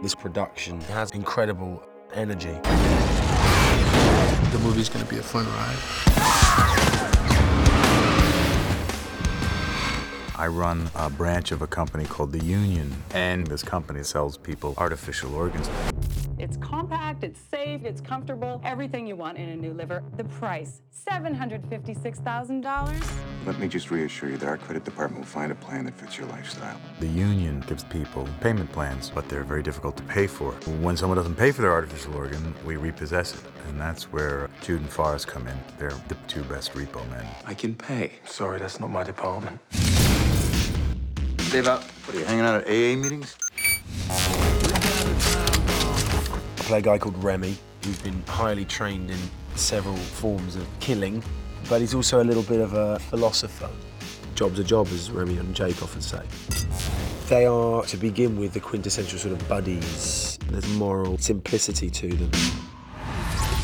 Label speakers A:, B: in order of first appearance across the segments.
A: This production has incredible energy.
B: The movie's gonna be a fun ride.
C: I run a branch of a company called The Union, and this company sells people artificial organs.
D: It's compact, it's safe, it's comfortable, everything you want in a new liver. The price $756,000.
E: Let me just reassure you that our credit department will find a plan that fits your lifestyle.
C: The Union gives people payment plans, but they're very difficult to pay for. When someone doesn't pay for their artificial organ, we repossess it, and that's where Jude and Forrest come in. They're the two best repo men.
E: I can pay.
F: Sorry, that's not my department.
G: Dave up. What are you hanging out at AA meetings?
A: I play a guy called Remy, who's been highly trained in several forms of killing, but he's also a little bit of a philosopher. Job's a job, as Remy and Jake often say. They are, to begin with, the quintessential sort of buddies. There's moral simplicity to them.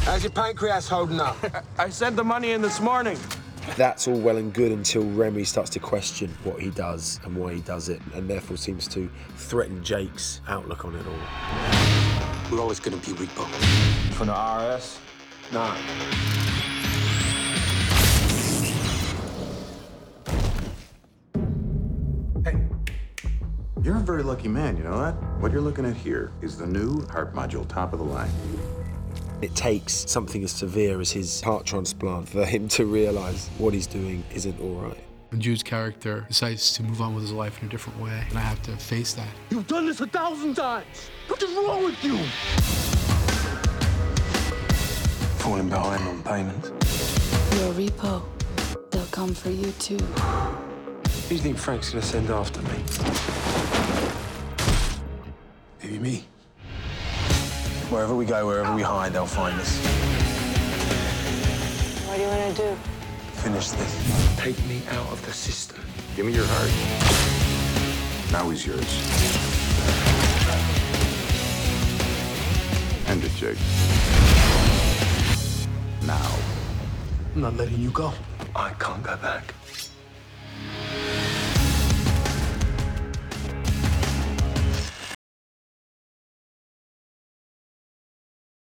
F: How's your pancreas holding up? I sent the money in this morning.
A: That's all well and good until Remy starts to question what he does and why he does it, and therefore seems to threaten Jake's outlook on it all.
F: We're always gonna be repo. From the RS? Nah.
C: You're a very lucky man,
E: You know what? What you're looking at here is the new heart module, top of the line.
A: It takes something as severe as his heart transplant for him to realise what he's doing isn't all right.
B: And Jude's character decides to move on with his life in a different way, and I have to face that.
F: You've done this a thousand times. What is wrong with you? Falling behind on payments.
H: Your repo. They'll come for you too.
F: Who do you think Frank's gonna send after me? Maybe me.
A: Wherever we go, wherever we hide, they'll find us.
I: What do you want to do?
F: Finish this. Take me out of the system.
E: Give me your heart. Now he's yours.
C: End it, Jake. Now.
B: I'm not letting you go.
F: I can't go back.